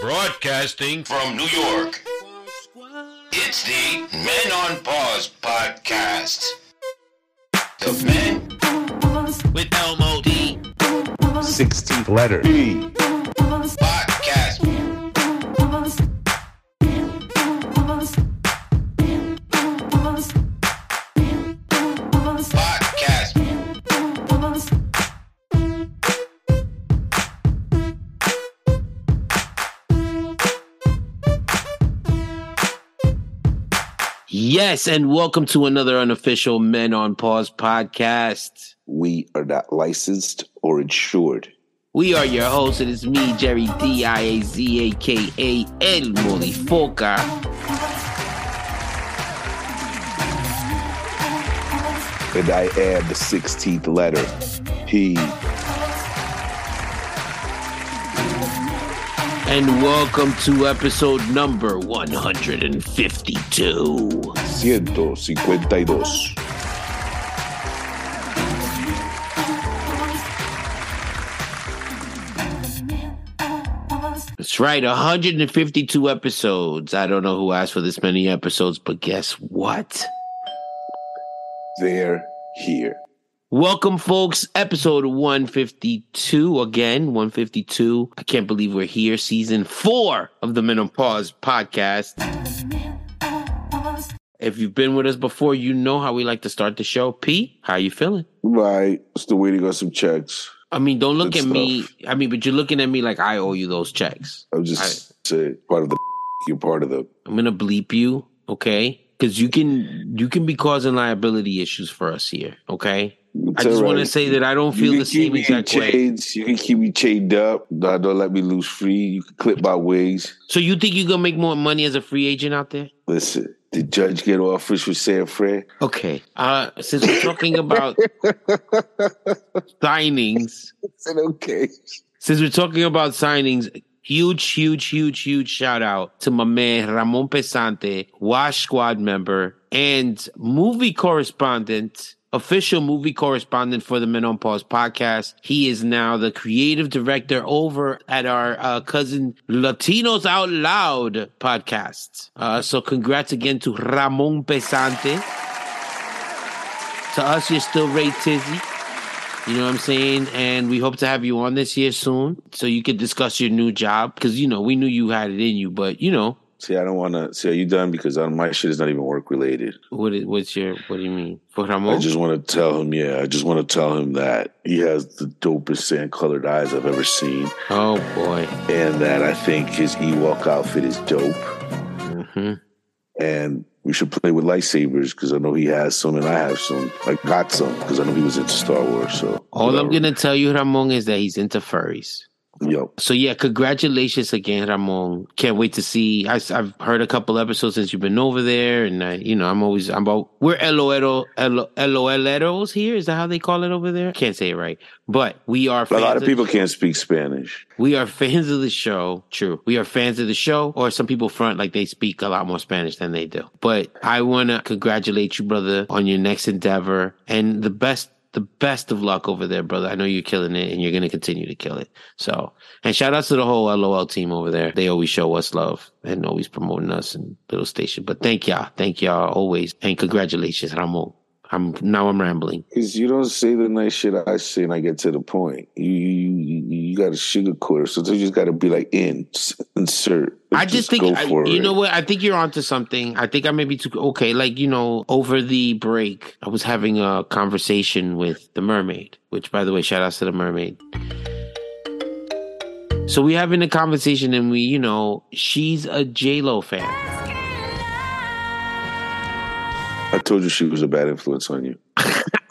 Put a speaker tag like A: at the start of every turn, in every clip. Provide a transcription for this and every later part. A: Broadcasting from New York. It's the Men on Pause podcast. The men
B: with Elmo D.
C: 16th letter.
A: podcast. Podcast.
B: Yes, and welcome to another unofficial Men on Pause podcast.
D: we are not licensed or insured.
B: We are your hosts. It is me, Jerry D I A Z A K A El Modifoca.
D: And I am the 16th letter. P.
B: And welcome to episode number 152.
D: 152.
B: That's right, 152 episodes. I don't know who asked for this many episodes, but guess what?
D: They're here.
B: Welcome, folks. Episode 152. Again, 152. I can't believe we're here. Season four of the Men on Pause podcast. If you've been with us before, you know how we like to start the show. Pete, how you feeling?
D: Right. Still waiting on some checks.
B: I mean, don't look
D: Good
B: at me. I mean, but you're looking at me like I owe you those checks.
D: I'm just saying, part of the. You're part of the.
B: I'm gonna bleep you, okay? Because you can you can be causing liability issues for us here, okay? I just want to say that I don't feel the same exact way.
D: chains. You can keep me chained up. Nah, don't let me loose free. You can clip my wings.
B: So you think you're gonna make more money as a free agent out there?
D: Listen, did Judge get office with San Fran?
B: Okay. Uh since we're talking about signings,
D: I said, okay.
B: since we're talking about signings, huge, huge, huge, huge shout out to my man Ramon Pesante, Wash Squad member and movie correspondent, official movie correspondent for the Men on Pause podcast. He is now the creative director over at our uh, cousin Latinos Out Loud podcast. Uh, so congrats again to Ramon Pesante. To us, you're still Ray Tizzy. You know what I'm saying? And we hope to have you on this year soon so you could discuss your new job because, you know, we knew you had it in you, but, you know,
D: See, I don't want to. See, are you done? Because I, my shit is not even work related.
B: what is, what's your, what do you mean? For Ramon?
D: I just want to tell him, yeah, I just want to tell him that he has the dopest sand colored eyes I've ever seen,
B: oh, boy.
D: and that I think his Ewok outfit is dope.
B: Mhm.
D: And we should play with lightsabers because I know he has some and I have some. I got some because I know he was into Star Wars. So
B: All I'm going to tell you, Ramon, is that he's into furries.
D: gonna, yo,
B: So yeah, congratulations again, Ramon. Can't wait to see. I, have heard a couple episodes since you've been over there, and I, you know, I'm always I'm about. We're LOL LOLeros here. Is that how they call it over there? Can't say it right, but we are.
D: a
B: Fans
D: lot of people can't speak Spanish.
B: We are fans of the show. True, we are fans of the show. Or some people front like they speak a lot more Spanish than they do. But I want to congratulate you, brother, on your next endeavor, and the best. The best of luck over there, brother. I know you're killing it and you're going to continue to kill it. So, and shout outs to the whole LOL team over there. They always show us love and always promoting us and Little Station. But thank y'all. Thank y'all always. And congratulations, Ramon. I'm now I'm rambling.
D: Because you don't say the nice shit I say and I get to the point. You you you, you got to sugarcoat it. So you just got to be like in insert.
B: I just, think I- you know what I think you're onto something. I think I may be too okay. Like you know, over the break, I was having a conversation with the mermaid. Which, by the way, shout outs to the mermaid. So we having a conversation, and we, you know, she's a J Lo fan.
D: I told you she was a bad influence on you.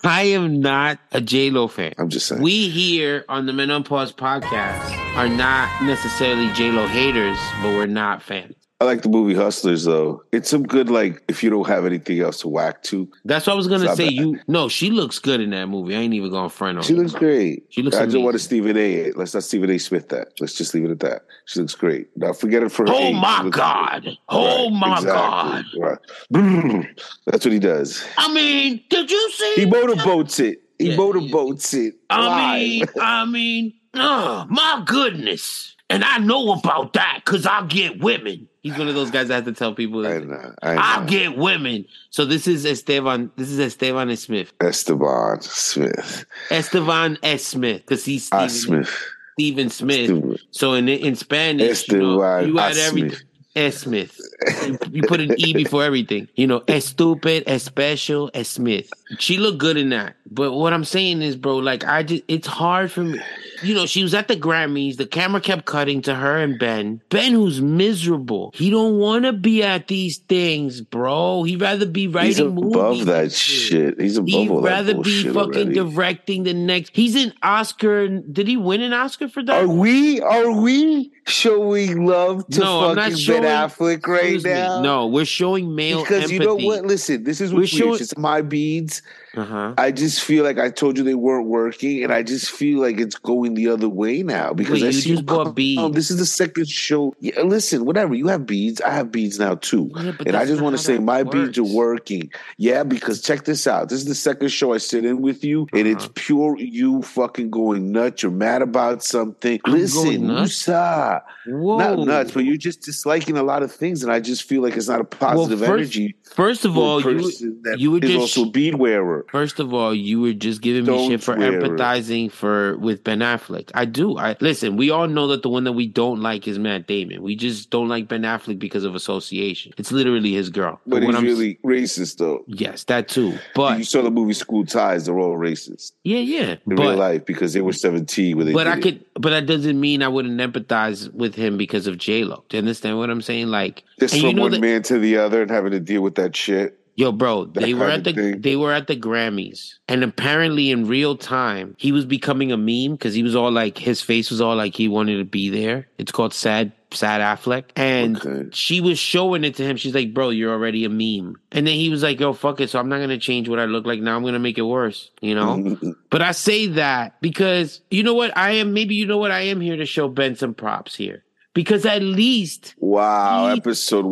B: I am not a J Lo fan.
D: I'm just saying.
B: We here on the Men on Pause podcast are not necessarily J Lo haters, but we're not fans.
D: I like the movie Hustlers though. It's some good like if you don't have anything else to whack to.
B: That's what I was
D: It's
B: gonna
D: not
B: say.
D: bad.
B: You no, she looks good in that movie. I ain't even gonna front on.
D: She
B: you.
D: looks great.
B: She looks
D: I just
B: amazing.
D: want to Stephen A. it. Let's not Stephen A. Smith that. Let's just leave it at that. She looks great. Now forget it for her.
B: Oh
D: age. She
B: my
D: looks
B: God.
D: great.
B: Oh
D: Right,
B: my
D: exactly.
B: God.
D: Right. Brrr. That's what he does.
B: I mean, did you see?
D: He motorboats it. He
B: Yeah.
D: motorboats it.
B: I
D: Live.
B: mean, I mean, oh my goodness. and I know about that because I get women. He's one of those guys that have to tell people
D: I
B: that
D: know.
B: I,
D: I know.
B: get women. So this is Esteban. This is Esteban S. Smith.
D: Esteban Smith.
B: Esteban S. Smith because he's
D: I
B: Steven,
D: Ah, Smith.
B: Steven Smith.
D: Stupid.
B: So in in Spanish, you, know,
D: Esteban
B: you
D: S.
B: add everything.
D: Smith.
B: S. Smith. You- You put an E before everything. You know, as stupid, as special, as Smith. She looked good in that. But what I'm saying is, bro, like I just it's hard for me. You know, she was at the Grammys. The camera kept cutting to her and Ben. Ben who's miserable. He don't wanna be at these things, bro. He'd rather be writing
D: He's above
B: movies
D: that
B: and
D: shit. He's above
B: He'd
D: all that
B: rather be
D: bullshit
B: fucking
D: already.
B: directing the next. He's an Oscar. Did he win an Oscar for that?
D: Are we? Are we showing love to
B: No, I'm not
D: fucking
B: showing-
D: Ben Affleck right
B: Excuse me.
D: now?
B: No, we're showing male
D: because
B: empathy.
D: you know what? Listen, this is
B: We're
D: what's
B: showing-
D: weird. It's my beads.
B: Uh-huh.
D: I just feel like I told you they weren't working, and I just feel like it's going the other way now because
B: Wait,
D: I
B: you
D: see
B: just bought beads.
D: Oh, this is the second show. Yeah, listen, whatever. You have beads. I have beads now too.
B: Yeah, but
D: and I
B: that's
D: just
B: not
D: want
B: how
D: to say
B: that
D: my beads are
B: works.
D: working. Yeah, because check this out. This is the second show I sit in with you, and it's
B: Uh-huh.
D: pure you fucking going nuts. You're mad about something.
B: I'm going
D: listen,
B: nuts?
D: Musa.
B: Whoa.
D: Not nuts, but you're just disliking a lot of things, and I just feel like it's not a positive
B: first
D: energy.
B: First of
D: for a
B: all, you
D: person that
B: you were
D: is
B: just-
D: also a bead wearer.
B: first of all, you were just giving me
D: Don't
B: shit for
D: swear.
B: empathizing for with Ben Affleck. I do. I listen, we all know that the one that we don't like is Matt Damon. We just don't like Ben Affleck because of association. It's literally his girl.
D: But he's
B: I'm
D: really racist, though.
B: Yes, that too. But
D: you saw the movie School Ties; they're all racist
B: yeah, yeah.
D: in
B: but
D: real life because they were seventeen when they.
B: but
D: did
B: I
D: it.
B: could, but that doesn't mean I wouldn't empathize with him because of J Lo. Do you understand what I'm saying? Like,
D: just
B: and
D: from
B: you know
D: one
B: that-
D: man to the other and having to deal with that shit.
B: yo, bro, they were
D: kind
B: at
D: of
B: the
D: thing.
B: they were at the Grammys, and apparently in real time, he was becoming a meme because he was all like, his face was all like he wanted to be there. It's called sad. Sad Affleck, and
D: Okay.
B: she was showing it to him. She's like, "Bro, you're already a meme." And then he was like, "Yo, fuck it. So I'm not gonna change what I look like now. I'm gonna make it worse." You know.
D: Mm-hmm.
B: But I say that because you know what I am. Maybe you know what I am here to show Ben some props here because at least
D: Wow,
B: He-
D: episode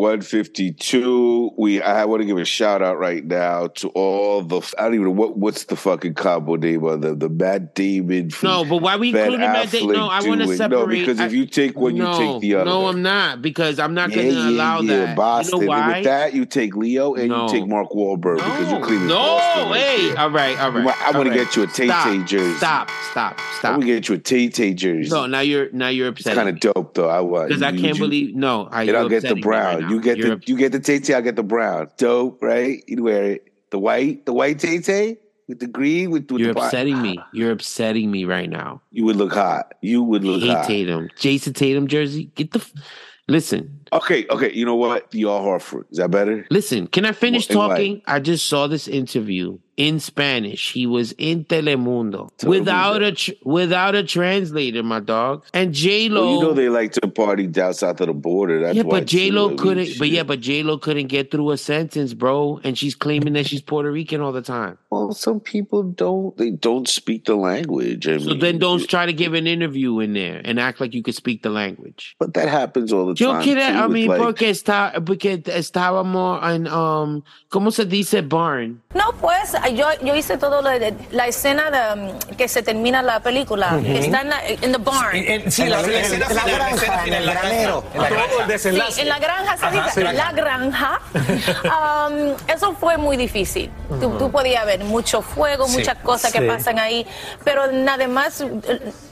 D: 152. We I want to give a shout out right now to all the I don't even know what what's the fucking combo name of the the Matt Damon
B: no. But why we
D: Ben
B: including Matt Day?
D: Affleck
B: No, I want to
D: doing-
B: separate.
D: No, because
B: I-
D: if you take one,
B: no,
D: you take the other.
B: No, I'm not because I'm not
D: yeah,
B: going to
D: yeah,
B: allow
D: yeah,
B: that.
D: Boston.
B: You know
D: And
B: why?
D: with that, you take Leo and
B: No.
D: you take Mark Wahlberg because you're
B: no,
D: cleaning
B: no,
D: Boston. right
B: wait.
D: there.
B: All right, all right.
D: I'm
B: all
D: gonna
B: right.
D: get you a Tay Tay
B: Stop,
D: jersey.
B: Stop, stop,
D: I'm
B: stop.
D: gonna get you a Tay Tay jersey.
B: No, now you're now you're
D: it's
B: upsetting
D: kind
B: me.
D: of dope though. I was
B: because I
D: you-
B: can't
D: you-
B: believe no. I
D: And
B: you're
D: I'll get the
B: upsetting me right
D: brown.
B: now.
D: you get
B: You're
D: the you get the Tay Tay. I get the brown. Dope, right? You wear it. The white, the white Tay Tay with the green with, with
B: you're
D: the bar-
B: upsetting me. You're upsetting me right now.
D: You would look hot. You would look
B: hate
D: hot.
B: Tatum. Jason Tatum jersey. Get the. F- listen,
D: Okay, okay. You know what? The All Horford is that better?
B: listen. Can I finish
D: Well, anyway.
B: talking? I just saw this interview in Spanish. He was in Telemundo,
D: Telemundo.
B: without a tr- without a translator, my dog. And J Lo.
D: Well, Oh, you know they like to party down south of the border. That's
B: yeah,
D: why
B: but J Lo
D: J-Lo
B: couldn't.
D: eats
B: But
D: shit.
B: yeah, but J Lo couldn't get through a sentence, bro. And she's claiming that she's Puerto Rican all the time.
D: well, some people don't. They don't speak the language. I
B: So
D: mean,
B: then don't try to give an interview in there and act like you could speak the language.
D: But that happens all the
B: Yo
D: time.
B: quería,
D: too,
B: a
D: with,
B: mí,
D: like-
B: porque, está, porque estábamos en, um, ¿cómo se dice barn?
E: No, pues yo, yo hice todo lo de- la escena de, um, que se termina la película, que está en la in the barn.
F: En- en- Sí, la, la escena
G: en la
F: final, la
G: granja,
F: escena
G: en
F: final,
G: el
F: la granja.
G: granero.
F: En la granja.
E: Sí, en la granja se dice, la granja. Um, eso fue muy difícil. Tú, tú podías ver mucho fuego,
F: Sí,
E: muchas cosas que
G: sí.
E: pasan ahí, pero nada más eh,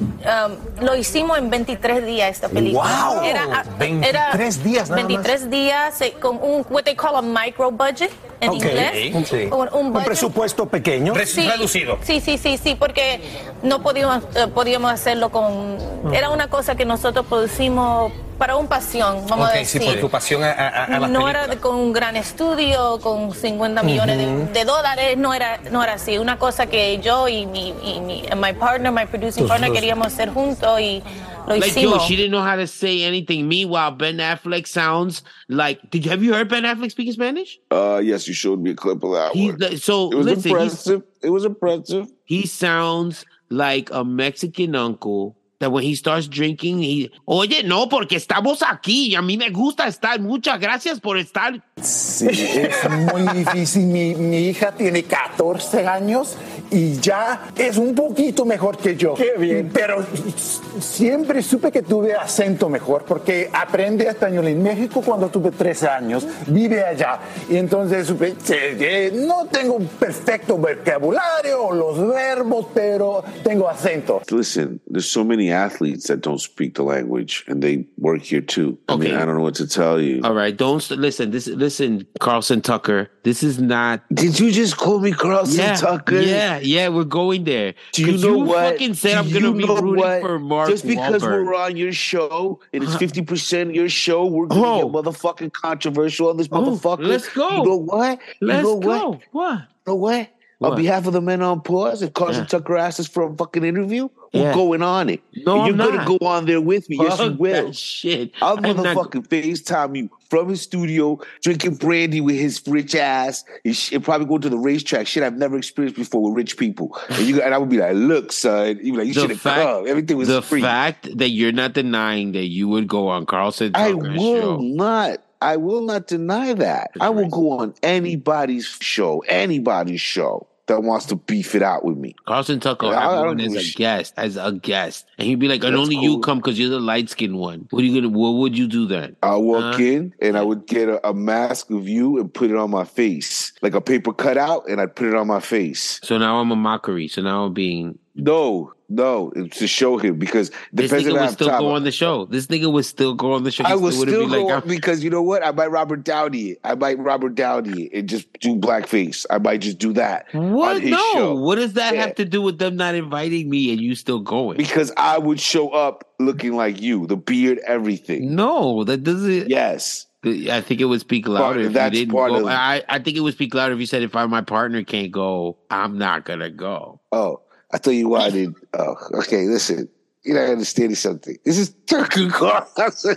E: um, lo hicimos en 23 días esta película.
G: Wow,
E: Era,
G: 23 días nada más.
E: 23 días eh, con un what they call a micro budget en
G: Ok,
E: inglés,
G: sí.
E: un, un
G: Un
E: budget
G: presupuesto pequeño.
F: Res- reducido.
E: Sí, sí, sí, sí, porque no podíamos, eh, podíamos hacerlo con...
F: Mm.
E: Era una cosa que nosotros producimos para un pasión, vamos
F: Ok,
E: a
F: sí,
E: decir.
F: por tu pasión a, a- a las
E: no era
F: películas.
E: de- con un gran estudio, con 50 millones de- de, dólares, no era, no era así. Una cosa que yo y mi, y mi and my partner, my producing partner, queríamos hacer juntos y lo
B: Like, yo,
E: hicimos.
B: she didn't know how to say anything. Meanwhile, Ben Affleck sounds like, did you, have you heard Ben Affleck speaking Spanish?
D: Uh, yes, you showed me a clip of that
B: He,
D: one.
B: so,
D: It was
B: listen, he's-
D: impressive. It was impressive.
B: he sounds like a Mexican uncle that when he starts drinking, he, oye, no, porque estamos aquí. A mí me gusta estar. Muchas gracias por estar.
H: Sí, es muy difícil. Mi, mi hija tiene 14 años y ya es un poquito mejor que yo.
G: Qué bien.
H: Pero s- siempre supe que tuve acento mejor porque aprendí español en México cuando tuve 13 años, vive allá. Y entonces supe que que no tengo un perfecto vocabulario o los verbos, pero tengo acento.
D: Listen, there's so many athletes that don't speak the language and they work here too. I mean,
B: Okay.
D: I don't know what to tell you.
B: All right, don't st- listen. This listen, Carlson Tucker. This is not.
D: Did you just call me Carlson
B: Yeah,
D: Tucker?
B: yeah, yeah. We're going there.
D: Do you
B: 'Cause
D: know what?
B: Fucking said
D: Do
B: I'm gonna
D: you
B: be
D: know
B: rooting
D: what?
B: for Mark
D: Just because
B: Wahlberg. Uh-huh.
D: we're on your show and it's fifty percent your show, we're gonna
B: Oh.
D: get motherfucking controversial on this
B: Oh,
D: motherfucker.
B: let's go.
D: You know what?
B: Let's
D: you know what?
B: go. What?
D: You know what?
B: What?
D: On behalf of the men on pause, if Carson
B: Yeah.
D: Tucker asks us for a fucking interview, we're
B: Yeah.
D: going on it.
B: No,
D: And
B: I'm
D: you're
B: not.
D: gonna go on there with me. yes, you
B: Fuck
D: will.
B: that shit.
D: I'll
B: I'm not-
D: motherfucking FaceTime you from his studio, drinking brandy with his rich ass, and, sh- and probably going to the racetrack. Shit I've never experienced before with rich people. And, you, and I would be like, look, son, you be like, you
B: The
D: should have
B: fact-
D: come. Everything was
B: the
D: free.
B: fact that you're not denying that you would go on Carlson
D: I
B: Tucker's show.
D: will not. I will not deny that. I will go on anybody's show, anybody's show that wants to beef it out with me.
B: Carlson Tucker will
D: I-
B: have
D: I
B: you
D: don't
B: on
D: give
B: as
D: a
B: a
D: shit.
B: guest, as a guest, and he'd be like, "And
D: That's
B: only you
D: cool.
B: come because you're the light skinned one." What are you gonna? What would you do then?
D: I walk
B: Uh-huh.
D: in and I would get a, a mask of you and put it on my face, like a paper cutout, and I'd put it on my face.
B: So now I'm a mockery. So now I'm being
D: No, no, it's to show him because
B: This
D: depends on
B: nigga
D: how
B: would still
D: time.
B: go on the show. This nigga would still go on the show. He
D: I will
B: wouldn't
D: still go
B: like,
D: on because you know what? I might Robert Downey. it. I might Robert Downey it and just do blackface. I might just do that
B: "I'm- what?
D: on his
B: No.
D: show
B: What does that
D: Yeah.
B: have to do with them not inviting me and you still going?
D: because I would show up looking like you, the beard, everything.
B: No, that doesn't.
D: Yes,
B: I think it would speak louder. if you
D: that's
B: didn't
D: part
B: go.
D: of-
B: I, I think it would speak louder if you said, if I, my partner can't go, I'm not going to go.
D: Oh, I tell you why I did. Oh, okay. Listen, you're not understanding something. This is Turkey Carlson.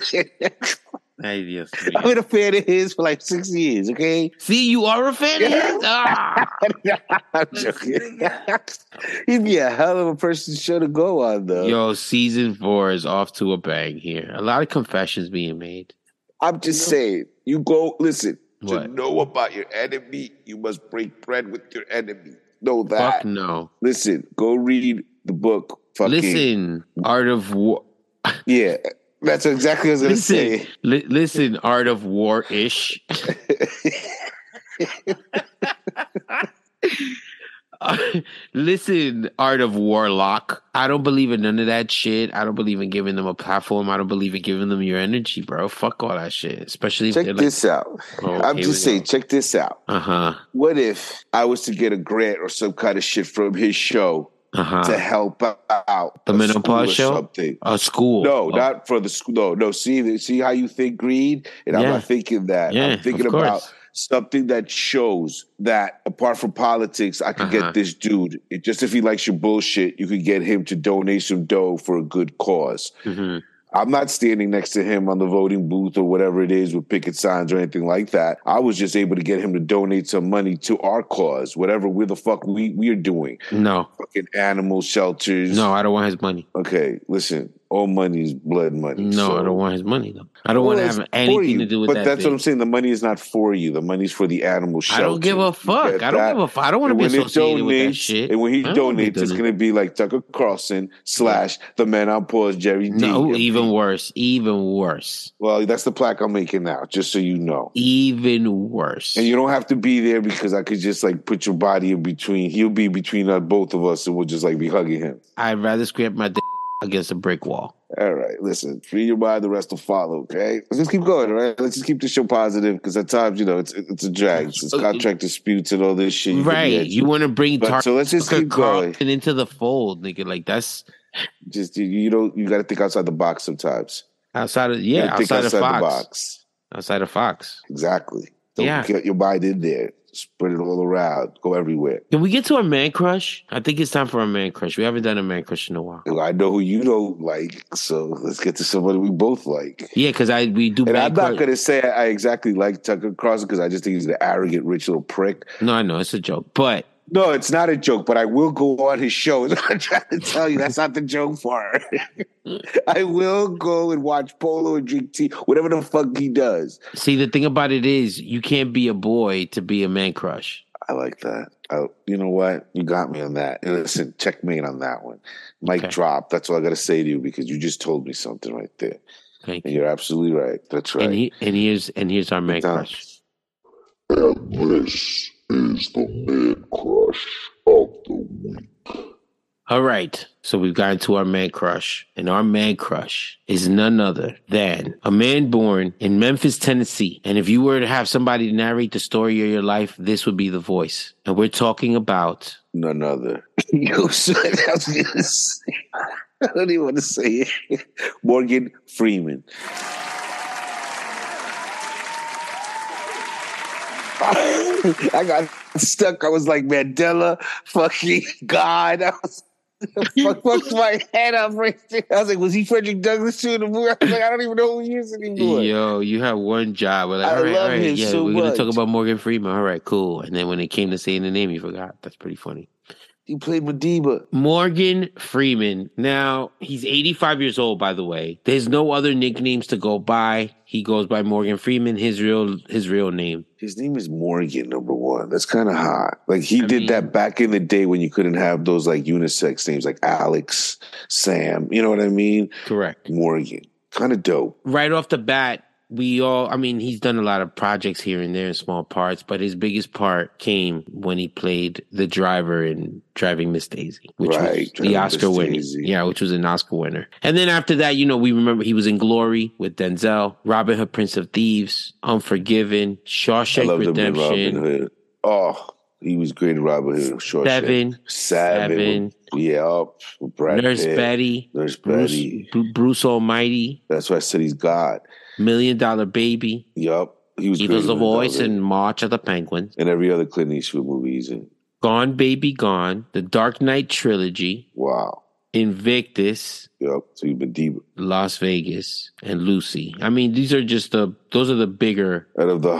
B: Ay, Dios
D: I've
B: mío.
D: been a fan of his for like six years. Okay.
B: See, you are a fan of his? Ah.
D: I'm joking. He'd be a hell of a person show to go on, though.
B: Yo, season four is off to a bang here. A lot of confessions being made.
D: I'm just saying, you go listen
B: What?
D: to know about your enemy. You must break bread with your enemy. Know that.
B: Fuck no.
D: Listen, go read the book. Fucking
B: Listen, Art of War.
D: yeah, that's exactly what I was
B: Listen,
D: gonna say.
B: li- listen, Art of War ish. listen, Art of Warlock. I don't believe in none of that shit. I don't believe in giving them a platform. I don't believe in giving them your energy, bro. Fuck all that shit. Especially if
D: Check
B: they're like, "Oh,
D: this out. I'm just saying, check this out.
B: Uh huh.
D: What if I was to get a grant or some kind of shit from his show
B: Uh
D: to
B: huh.
D: help out
B: The
D: a
B: Men on
D: school
B: Pause
D: or
B: show?
D: Something.
B: A school.
D: No,
B: Oh,
D: not for the school. No, no. See, see how you think greed, and I'm
B: Yeah.
D: not thinking that.
B: Yeah,
D: I'm thinking
B: of course.
D: about something that shows that apart from politics, I could
B: Uh-huh.
D: get this dude. It, just if he likes your bullshit, you could get him to donate some dough for a good cause.
B: mhm.
D: I'm not standing next to him on the voting booth or whatever it is with picket signs or anything like that. I was just able to get him to donate some money to our cause, whatever we the fuck we we're doing.
B: No,
D: Fucking animal shelters.
B: Mm. no, I don't want his money.
D: Okay, listen. All money is blood money.
B: No,
D: so-
B: I don't want his money though. I don't want to
D: Well, it's
B: have
D: for
B: anything
D: you,
B: to do with
D: but
B: that.
D: that's
B: bitch.
D: what I'm saying. The money is not for you. The money's for the animal
B: I
D: shelter.
B: don't give a
D: You
B: fuck.
D: get
B: I don't
D: that?
B: give a fuck. I don't want to
D: And
B: be
D: when it
B: associated with that
D: donates-
B: shit.
D: And when he
B: I don't wanna be
D: donates, it's
B: donating-
D: going to be like Tucker Carlson slash the man on pause, Jerry D.
B: no,
D: And-
B: even worse, even worse,
D: Well, that's the plaque I'm making now, just so you know.
B: even worse.
D: And you don't have to be there because I could just like put your body in between. He'll be between us, both of us, and we'll just like be hugging him.
B: I'd rather scrape my d- against a brick wall.
D: All right, listen, free your mind, the rest will follow. Okay, let's just keep going. All right, let's just keep this show positive because at times, you know, it's it's a drag. It's, it's contract disputes and all this shit. You can be
B: right?
D: at-
B: You want to bring
D: But-
B: Tar-
D: so let's just
B: Tucker
D: keep going.
B: Carlson into the fold, nigga. Like that's
D: just you, you know, you got to think outside the box sometimes.
B: outside of
D: You
B: yeah,
D: gotta think
B: outside, of Fox,
D: the box.
B: outside of Fox.
D: Exactly. Don't
B: Yeah.
D: get your mind in there. Spread it all around. Go everywhere.
B: Can we get to a man crush? I think it's time for a man crush. We haven't done a man crush in a while.
D: I know who you don't like, so let's get to somebody we both like.
B: Yeah, because I we do.
D: And
B: man
D: I'm not
B: crush-
D: going to say I I exactly like Tucker Carlson because I just think he's an arrogant, rich little prick.
B: No, I know it's a joke, but
D: No, it's not a joke, but I will go on his show. I'm trying to tell you that's not the joke part. I will go and watch polo and drink tea, whatever the fuck he does.
B: See, the thing about it is, you can't be a boy to be a man crush.
D: I like that. I, you know what? You got me on that. And listen, checkmate on that one. Mike drop. That's all I got to say to you because you just told me something right there.
B: Thank
D: And you're absolutely right. That's right.
B: And he and here's and here's our man
D: Done.
B: crush.
A: And this is the man crush of the week.
B: All right. So we've gotten to our man crush, and our man crush is none other than a man born in Memphis, Tennessee. And if you were to have somebody to narrate the story of your life, this would be the voice. And we're talking about
D: None other. Yo, son, I was gonna say. I don't even want to say it. Morgan Freeman. I got stuck. I was like Mandela, fucking God. I was. I fucked my head up right there. I was like, was he Frederick Douglass too in the movie? I was like, I don't even know who he is anymore.
B: Yo, you have one job. We're like,
D: I
B: all right,
D: love
B: all right,
D: him
B: yeah,
D: so
B: we're gonna talk
D: much.
B: about Morgan Freeman. All right, cool. And then when it came to saying the name, you forgot. That's pretty funny.
D: He played Madiba.
B: Morgan Freeman. Now, he's 85 years old, by the way. There's no other nicknames to go by. He goes by Morgan Freeman, his real his real name.
D: His name is Morgan, number one. That's kind of hot. Like he
B: I
D: did
B: mean-
D: that back in the day when you couldn't have those like unisex names like Alex, Sam. You know what I mean?
B: Correct.
D: Morgan, kind of dope.
B: Right off the bat, we all I mean, he's done a lot of projects here and there in small parts, but his biggest part came when he played the driver in Driving Miss Daisy, which
D: Right,
B: was
D: Driving
B: the
D: Miss
B: Oscar winner.
D: Daisy.
B: Yeah, which was an Oscar winner. And then after that, you know, we remember he was in Glory with Denzel, Robin Hood, Prince of Thieves, Unforgiven,
D: I
B: Shawshank
D: love them in Robin
B: Redemption,
D: Hood. Oh, he was great in Robin Hood. Short
B: Seven,
D: Seven.
B: Seven.
D: Yeah, up. with Brad
B: Nurse
D: Pitt.
B: Betty,
D: Nurse
B: Bruce,
D: Betty.
B: Bru- Bruce Almighty,
D: That's why I said he's God.
B: Million Dollar Baby.
D: Yup. He was
B: He
D: great
B: was
D: in
B: the
D: Robin
B: voice
D: Hood.
B: in March of the Penguins.
D: and every other Clint Eastwood movie he's in.
B: Gone Baby Gone, The Dark Knight Trilogy,
D: Wow.
B: Invictus,
D: Yup. So he's Madiba.
B: Las Vegas, and Lucy. I mean, these are just the those are the bigger.
D: out of the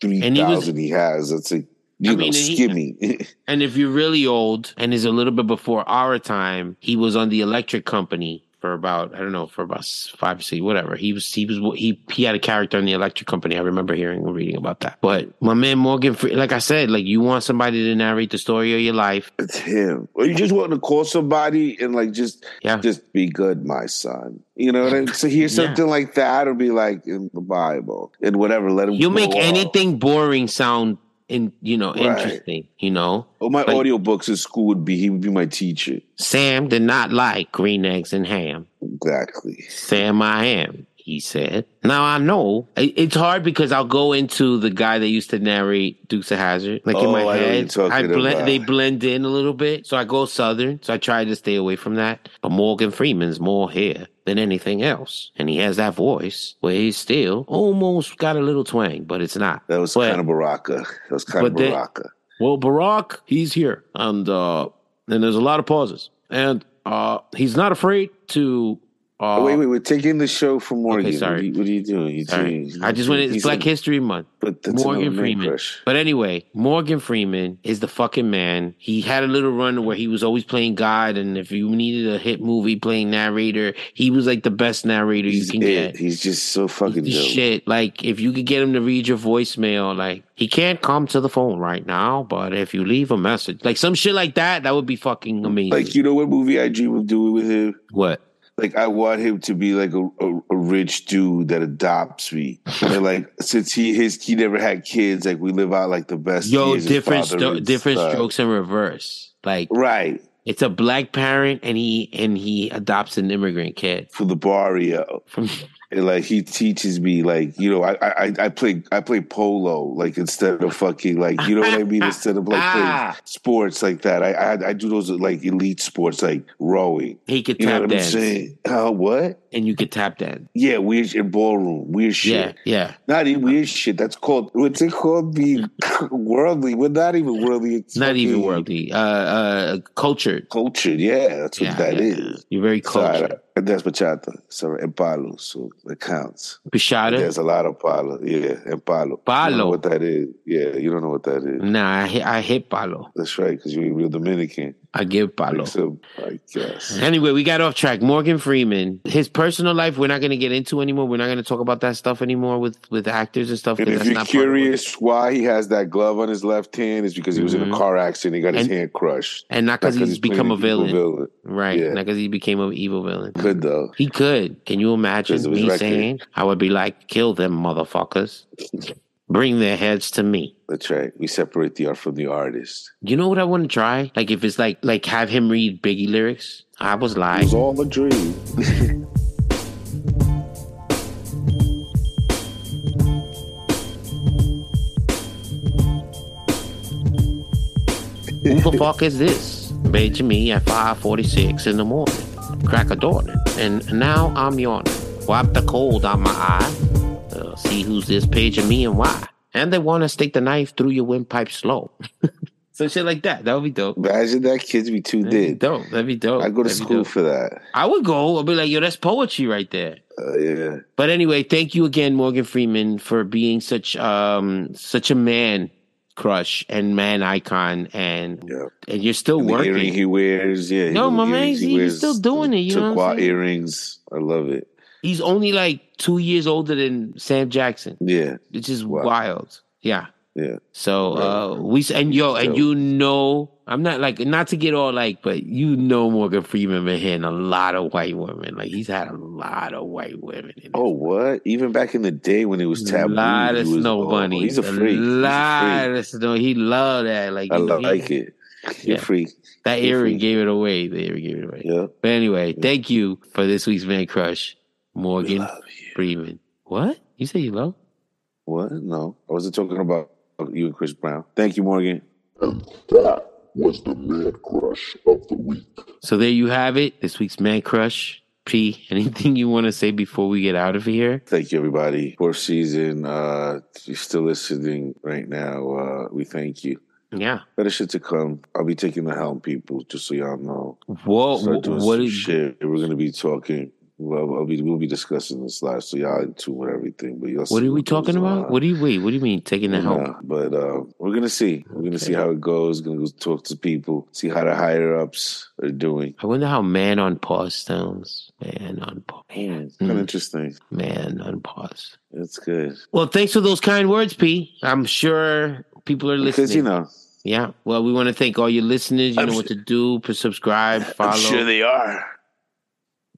D: three
B: And he was-
D: thousand he, has. That's like you
B: I
D: know,
B: mean, and he-
D: skimmy.
B: And if you're really old and is a little bit before our time, he was on the Electric Company for about I don't know for about s- five six whatever. He was he was he he had a character in the Electric Company. I remember hearing and reading about that. But my man Morgan, Fre- like I said, like you want somebody to narrate the story of your life.
D: it's him. Or you just want to call somebody and like just
B: Yeah.
D: just be good, my son. You know what I mean? So hear
B: Yeah.
D: something like that or be like in the Bible and whatever. Let him
B: You
D: grow
B: make
D: up.
B: anything boring sound in you know
D: Right.
B: interesting. You know,
D: Oh my
B: like-
D: audiobooks in school would be he would be my teacher.
B: Sam did not like green eggs and ham.
D: Exactly.
B: Sam, I am. He said. Now I know it- it's hard because I'll go into the guy that used to narrate Dukes of Hazard. Like in
D: Oh, I know
B: my
D: what you're
B: head, I,
D: talking about.
B: blend. They blend in a little bit, so I go southern. So I try to stay away from that. But Morgan Freeman's more here than anything else, and he has that voice where he's still almost got a little twang, but it's not.
D: That was
B: But-
D: kind of Baraka. That was kind of
B: But they-
D: Baraka.
B: well, Barack, he's here, and uh, and there's a lot of pauses, and uh, he's not afraid to. Uh,
D: Oh, wait, wait, we're taking the show from Morgan.
B: sorry.
D: What, are you, what are you doing? You
B: Sorry. I just went. It's Black History Month.
D: But that's
B: Morgan
D: another man
B: Freeman.
D: crush.
B: But anyway, Morgan Freeman is the fucking man. He had a little run where he was always playing God, and if you needed a hit movie playing narrator, he was like the best narrator
D: He's,
B: you can
D: it.
B: get.
D: He's just so fucking
B: He's
D: dope.
B: the shit. Like if you could get him to read your voicemail, like he can't come to the phone right now, but if you leave a message, like some shit like that, that would be fucking amazing.
D: Like you know what movie I dream of doing with him?
B: what?
D: Like I want him to be like a, a, a rich dude that adopts me. and like since he his he never had kids, like we live out like the best.
B: Yo,
D: years as
B: different
D: father
B: sto-
D: and
B: different
D: son.
B: strokes in reverse. Like
D: Right.
B: it's a black parent, and he and he adopts an immigrant kid.
D: For the barrio.
B: From-
D: And like he teaches me like, you know, I I, I play I play polo, like instead of fucking like you know what I mean? Instead of like
B: Ah.
D: playing sports like that. I, I I do those like elite sports like rowing.
B: He could
D: You know
B: tap
D: what
B: dance,
D: I'm saying? Uh, what?
B: and you could tap dance.
D: Yeah, weird in ballroom, weird shit.
B: Yeah, Uh, yeah.
D: Not even weird shit. That's called what's it called? Being worldly. We're not even worldly. It's
B: Not even
D: fucking
B: worldly. Uh, uh, cultured.
D: Cultured. Yeah, that's what
B: Yeah,
D: that
B: yeah.
D: is.
B: You're very
D: Sorry,
B: cultured.
D: and that's bachata. So and palo. So it counts.
B: Pichada.
D: There's a lot of palo. Yeah, and palo. You don't know
B: Palo. Mm.
D: what that is? Yeah, you don't know what that is.
B: Nah, I hit, I hit Palo.
D: That's right, because you're a real Dominican.
B: I give Palo.
D: So I guess.
B: Anyway, we got off track. Morgan Freeman, his personal life, we're not going to get into anymore. We're not going to talk about that stuff anymore with with actors and stuff.
D: And
B: 'cause
D: if
B: that's
D: you're
B: not part of what-
D: curious why he has that glove on his left hand, is because he was in a car accident. He got his
B: Mm-hmm. And-
D: hand crushed.
B: and not because
D: Not 'cause
B: he's become a
D: playing evil
B: villain, right?
D: Yeah.
B: Not because he became an evil villain.
D: Good though.
B: He could. Can you
D: 'Cause
B: imagine
D: it was
B: me
D: record.
B: saying, "I would be like, kill them motherfuckers, bring their heads to me."
D: That's right. We separate the art from the artist.
B: You know what I want to try? Like if it's like like have him read Biggie lyrics. I was lying.
D: It's all a dream.
B: Who the fuck is this? Made to me at 5:46 in the morning. Crack a dawning, and now I'm yawning. Wipe the cold out my eye. Uh, see who's this page of me and why. And they want to stick the knife through your windpipe slow. so shit like that. That would be dope.
D: Imagine that kids be too
B: That'd be
D: did.
B: dope. That'd be dope.
D: I go to
B: That'd be
D: school
B: dope.
D: for that.
B: I would go. I'd be like, yo, that's poetry right there.
D: Uh, yeah.
B: But anyway, thank you again, Morgan Freeman, for being such um such a man crush and man icon, and
D: Yeah.
B: and you're still
D: And the
B: working.
D: earring he wears, yeah.
B: No,
D: the
B: my
D: earrings
B: man,
D: he
B: he's
D: wears,
B: still doing it, you know what I'm
D: Turquoise
B: saying?
D: earrings. I love it.
B: He's only like two years older than Sam Jackson,
D: Yeah,
B: which is
D: Wow.
B: wild. Yeah.
D: yeah.
B: So uh we and yo and
D: So-
B: you know I'm not like not to get all like, but you know Morgan Freeman been hitting a lot of white women. Like he's had a lot of white women. In his
D: Oh, what? Even back in the day when it was
B: A
D: taboo,
B: lot of
D: he was-
B: snow
D: oh,
B: bunnies.
D: He's a freak. He's a
B: lot
D: freak.
B: of snow. He loved that. Like,
D: I
B: he-
D: lo-
B: he-
D: like it.
B: Yeah.
D: You're freak.
B: That
D: You're
B: earring
D: free.
B: gave it away. The earring gave it away.
D: Yeah.
B: But anyway, thank you for this week's man crush, Morgan
D: love
B: Freeman. What you say? You love?
D: What? No, I wasn't talking about you and Chris Brown. Thank you, Morgan.
A: And that was the man crush of the week.
B: So there you have it. This week's man crush. P. Anything you want to say before we get out of here?
D: Thank you, everybody. Fourth season. Uh, if you're still listening right now. Uh, we thank you.
B: Yeah.
D: Better shit to come. I'll be taking the helm, people. Just so y'all know.
B: Whoa.
D: Start doing
B: What
D: some
B: is?
D: shit. We're gonna be talking. Well, I'll be, we'll be discussing this live, so y'all in tune with everything. But y'all
B: What are we talking
D: uh,
B: about? What do you wait? What do you mean taking the help?
D: But uh, we're gonna see. We're gonna see how it goes. Gonna go talk to people, see how the higher ups are doing.
B: I wonder how man on pause sounds. Man on pause.
D: Man, it's
B: Mm.
D: kind of interesting.
B: Man on pause.
D: It's good
B: Well, thanks for those kind words, P. I'm sure people are listening.
D: because you know
B: Yeah. Well, we want to thank all your listeners. You
D: I'm
B: know
D: su-
B: what to do. P- Subscribe, follow.
D: I'm sure they are.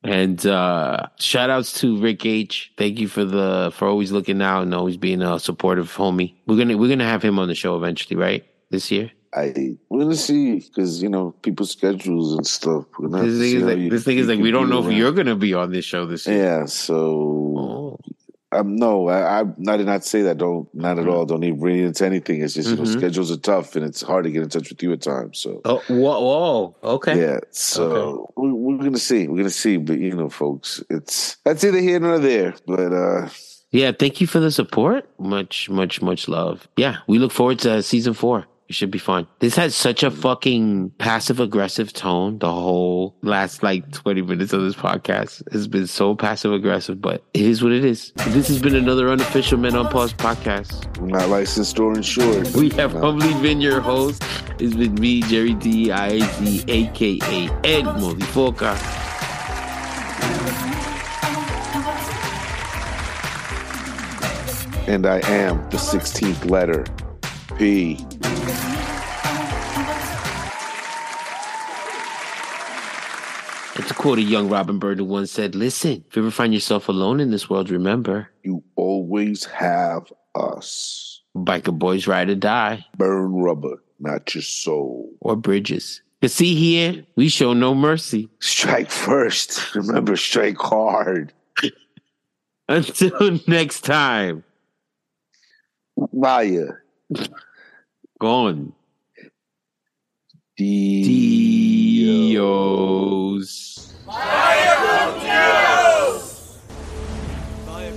B: and uh shout outs to Rick H. Thank you for the for always looking out and always being a supportive homie. We're gonna we're gonna have him on the show eventually, right? This year.
D: I we're gonna see because you know people's schedules and stuff. We're gonna have
B: This
D: to see
B: thing is
D: how
B: like
D: you-
B: this thing is
D: you
B: like
D: can
B: we don't
D: be
B: know if
D: around.
B: you're gonna be on this show this year.
D: Yeah, so
B: Oh.
D: Um, no, I, I, I did not say that. Don't, not
B: Mm-hmm.
D: at all. Don't even bring it into anything. It's just you know
B: Mhm.
D: schedules are tough and it's hard to get in touch with you at times. So
B: Oh, whoa, whoa. Okay.
D: yeah, so we, we're gonna see. We're gonna see. But you know, folks, it's that's either here nor there. But uh
B: Yeah, thank you for the support. Much, much, much love. Yeah, we look forward to season four. It should be fun. This has such a fucking passive aggressive tone. The whole last like 20 minutes of this podcast has been so passive aggressive, but it is what it is. This has been another unofficial Men on Pause podcast.
D: I'm not licensed or insured.
B: We have humbly been your host. It's been me, Jerry D, IAC, aka Ed Modifoca.
D: and I am the 16th letter. P.
B: And to quote a young Robin Bird who once said, Listen, if you ever find yourself alone in this world, remember,
D: You always have us.
B: biker boys ride or die
D: Burn rubber, not your soul.
B: or bridges. But see here, we show no mercy.
D: Strike first. Remember, strike hard.
B: Until next time,
D: Maya.
B: gone.
D: Dio.
B: Dios.
I: Vaya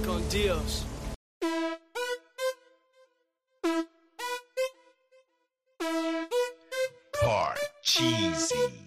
I: con Dios.
C: Part cheesy.